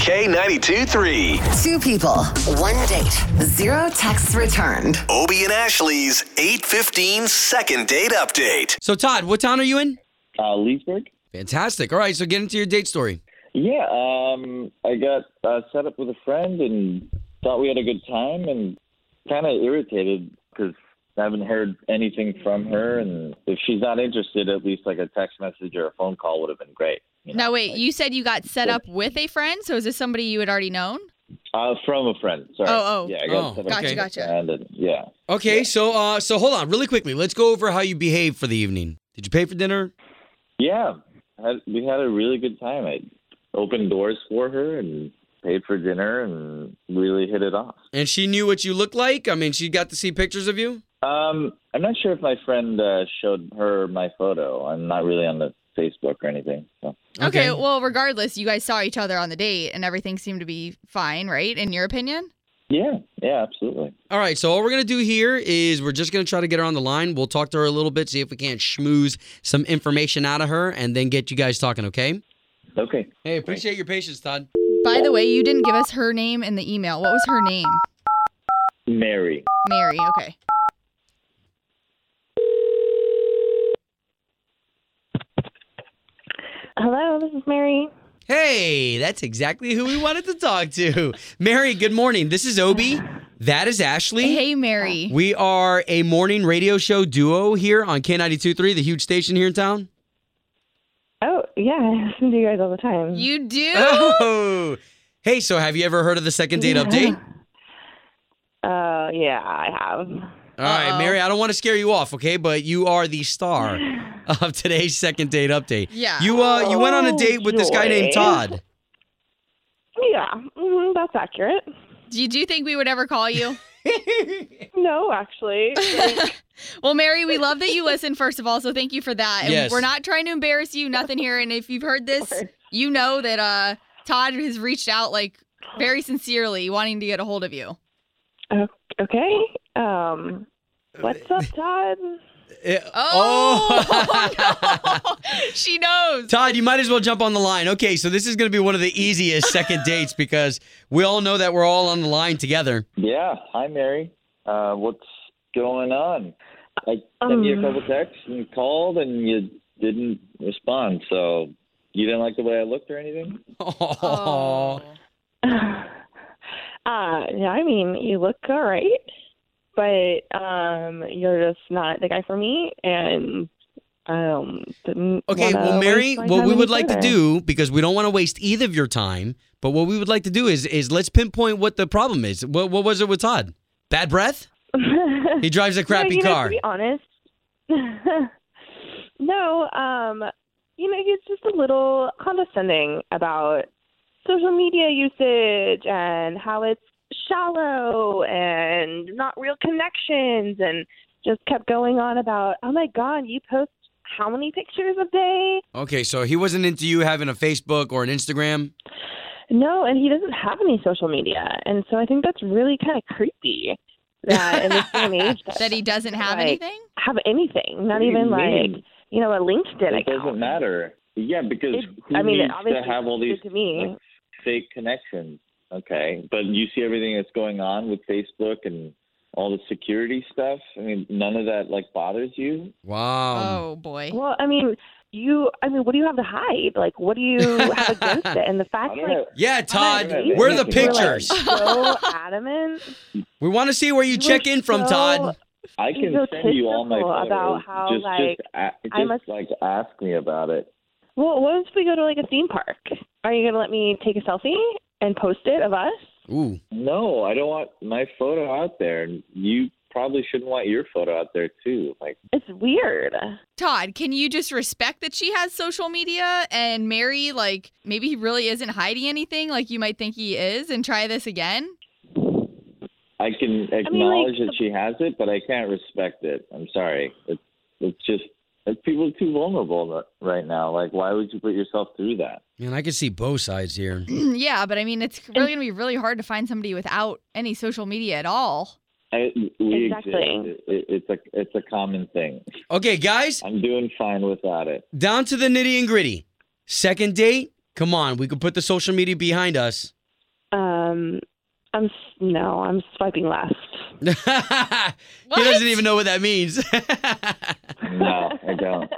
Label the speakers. Speaker 1: K92 3.
Speaker 2: Two people, one date, zero texts returned.
Speaker 1: Obie and Ashley's 815 second date update.
Speaker 3: So, Todd, what town are you in?
Speaker 4: Uh, Leesburg?
Speaker 3: Fantastic. All right, so get into your date story.
Speaker 4: Yeah, um, I got uh, set up with a friend and thought we had a good time and kind of irritated because I haven't heard anything from her. And if she's not interested, at least like a text message or a phone call would have been great. you know?
Speaker 5: Now, wait, you said you got set up with a friend, so is this somebody you had already known?
Speaker 4: Uh, from a friend. Sorry.
Speaker 5: Oh, oh.
Speaker 4: Yeah, I got
Speaker 3: Oh,
Speaker 4: set up
Speaker 5: Gotcha,
Speaker 4: with a
Speaker 5: gotcha.
Speaker 4: friend and- yeah.
Speaker 3: Okay, so uh, so hold on, really quickly, let's go over how you behaved for the evening. Did you pay for dinner?
Speaker 4: Yeah, had, we had a really good time. I opened doors for her and paid for dinner and really hit it off.
Speaker 3: And she knew what you looked like. I mean, she got to see pictures of you.
Speaker 4: Um, I'm not sure if my friend uh, showed her my photo. I'm not really on the Facebook or anything. So.
Speaker 5: Okay. well, regardless, you guys saw each other on the date and everything seemed to be fine, right? In your opinion?
Speaker 4: Yeah, yeah, absolutely.
Speaker 3: All right. So all we're gonna do here is we're just gonna try to get her on the line. We'll talk to her a little bit, see if we can't schmooze some information out of her, and then get you guys talking. Okay.
Speaker 4: Okay.
Speaker 3: Hey, appreciate your patience, Todd.
Speaker 5: By the way, you didn't give us her name in the email. What was her name?
Speaker 4: Mary.
Speaker 5: Mary. Okay.
Speaker 6: Hello, this is Mary.
Speaker 3: Hey, that's exactly who we wanted to talk to. Mary, good morning. This is Obi. That is Ashley.
Speaker 5: Hey, Mary.
Speaker 3: We are a morning radio show duo here on K92.3, the huge station here in town.
Speaker 6: Oh, yeah, I listen to you guys all the time.
Speaker 5: You do?
Speaker 3: Oh. Hey, so have you ever heard of the second date
Speaker 6: Yeah.
Speaker 3: update?
Speaker 6: Uh, yeah, I have.
Speaker 3: All right,
Speaker 5: Uh-oh.
Speaker 3: Mary, I don't want to scare you off, okay? But you are the star of today's second date update.
Speaker 5: Yeah.
Speaker 3: You uh you went on a
Speaker 6: Oh,
Speaker 3: date with this guy named
Speaker 6: joy.
Speaker 3: Todd.
Speaker 6: Yeah, mhm, that's accurate.
Speaker 5: Did you think we would ever call you?
Speaker 6: No, actually.
Speaker 5: Well, Mary, we love that you listen, first of all. So thank you for that. And
Speaker 3: Yes.
Speaker 5: we're not trying to embarrass you, nothing here. And if you've heard this,
Speaker 6: course.
Speaker 5: you know that uh, Todd has reached out like very sincerely, wanting to get a hold of you.
Speaker 6: O- Oh, okay. Um, what's up, Todd?
Speaker 3: Eh,
Speaker 5: Oh, no. she knows.
Speaker 3: Todd, you might as well jump on the line. Okay, so this is going to be one of the easiest second dates because we all know that we're all on the line together.
Speaker 4: Yeah. Hi, Mary. Uh, what's going on? I sent you a
Speaker 6: Um.
Speaker 4: couple texts and you called and you didn't respond. So you didn't like the way I looked or anything?
Speaker 3: Oh.
Speaker 6: Uh, yeah, I mean, you look all right, but um, you're just not the guy for me, and um, didn't
Speaker 3: Okay,
Speaker 6: wanna
Speaker 3: well, Mary,
Speaker 6: waste my
Speaker 3: what
Speaker 6: time
Speaker 3: we
Speaker 6: any
Speaker 3: would like to
Speaker 6: further.
Speaker 3: do, because we don't want to waste either of your time, but what we would like to do is is let's pinpoint what the problem is. What, what was it with Todd? Bad breath? He drives a crappy
Speaker 6: you know,
Speaker 3: car.
Speaker 6: To be honest, no. Um, you know, he's just a little condescending about social media usage and how it's shallow and not real connections, and just kept going on about, oh my god, you post how many pictures a day?
Speaker 3: Okay, so he wasn't into you having a Facebook or an Instagram.
Speaker 6: No, and he doesn't have any social media, and so I think that's really kind of creepy. That in this day and age,
Speaker 5: That he doesn't have
Speaker 6: Right.
Speaker 5: anything?
Speaker 6: have anything,
Speaker 4: What
Speaker 6: not
Speaker 4: do you
Speaker 6: even
Speaker 4: mean?
Speaker 6: like you know a LinkedIn
Speaker 4: It doesn't
Speaker 6: account.
Speaker 4: matter. Yeah, because
Speaker 6: It-
Speaker 4: who
Speaker 6: I mean, it
Speaker 4: needs to
Speaker 6: obviously
Speaker 4: have all these
Speaker 6: it's good to me.
Speaker 4: like, fake connections? Okay, but you see everything that's going on with Facebook and all the security stuff. I mean, none of that like bothers you.
Speaker 3: Wow.
Speaker 5: oh, boy.
Speaker 6: Well, I mean, you. I mean, what do you have to hide? Like, what do you have against it? And the
Speaker 4: I
Speaker 6: fact,
Speaker 4: don't
Speaker 6: like,
Speaker 4: know.
Speaker 3: Yeah, Todd,
Speaker 4: know.
Speaker 3: where are the
Speaker 4: We're like-
Speaker 3: pictures?
Speaker 6: you were, like, so adamant.
Speaker 3: We want to see where you
Speaker 6: You
Speaker 3: check
Speaker 6: were
Speaker 3: in from,
Speaker 6: so-
Speaker 3: Todd.
Speaker 4: I
Speaker 6: He's
Speaker 4: can
Speaker 6: so
Speaker 4: send you all my
Speaker 6: typical
Speaker 4: photos.
Speaker 6: about how,
Speaker 4: just,
Speaker 6: like,
Speaker 4: just, a- just
Speaker 6: I must-
Speaker 4: like ask me about it.
Speaker 6: Well, what if we go to like a theme park? Are you gonna let me take a selfie and post it of us?
Speaker 3: Ooh.
Speaker 4: No, I don't want my photo out there, and you probably shouldn't want your photo out there too. Like,
Speaker 6: It's weird.
Speaker 5: Todd, can you just respect that she has social media and Mary, like, maybe he really isn't hiding anything like you might think he is and try this again?
Speaker 4: I can acknowledge that she has it, but I can't respect it. I'm sorry. It's it's just like people are too vulnerable right now. Like, why would you put yourself through that?
Speaker 3: Man, I can see both sides here.
Speaker 5: yeah, but I mean, it's really going to be really hard to find somebody without any social media at all.
Speaker 4: I, we
Speaker 6: Exactly.
Speaker 4: exist. It, it's a it's a common thing.
Speaker 3: Okay, guys,
Speaker 4: I'm doing fine without it.
Speaker 3: down to the nitty and gritty. Second date? Come on, we can put the social media behind us.
Speaker 6: Um, I'm s- no, I'm swiping left.
Speaker 3: he doesn't even know what that means.
Speaker 4: No, I don't.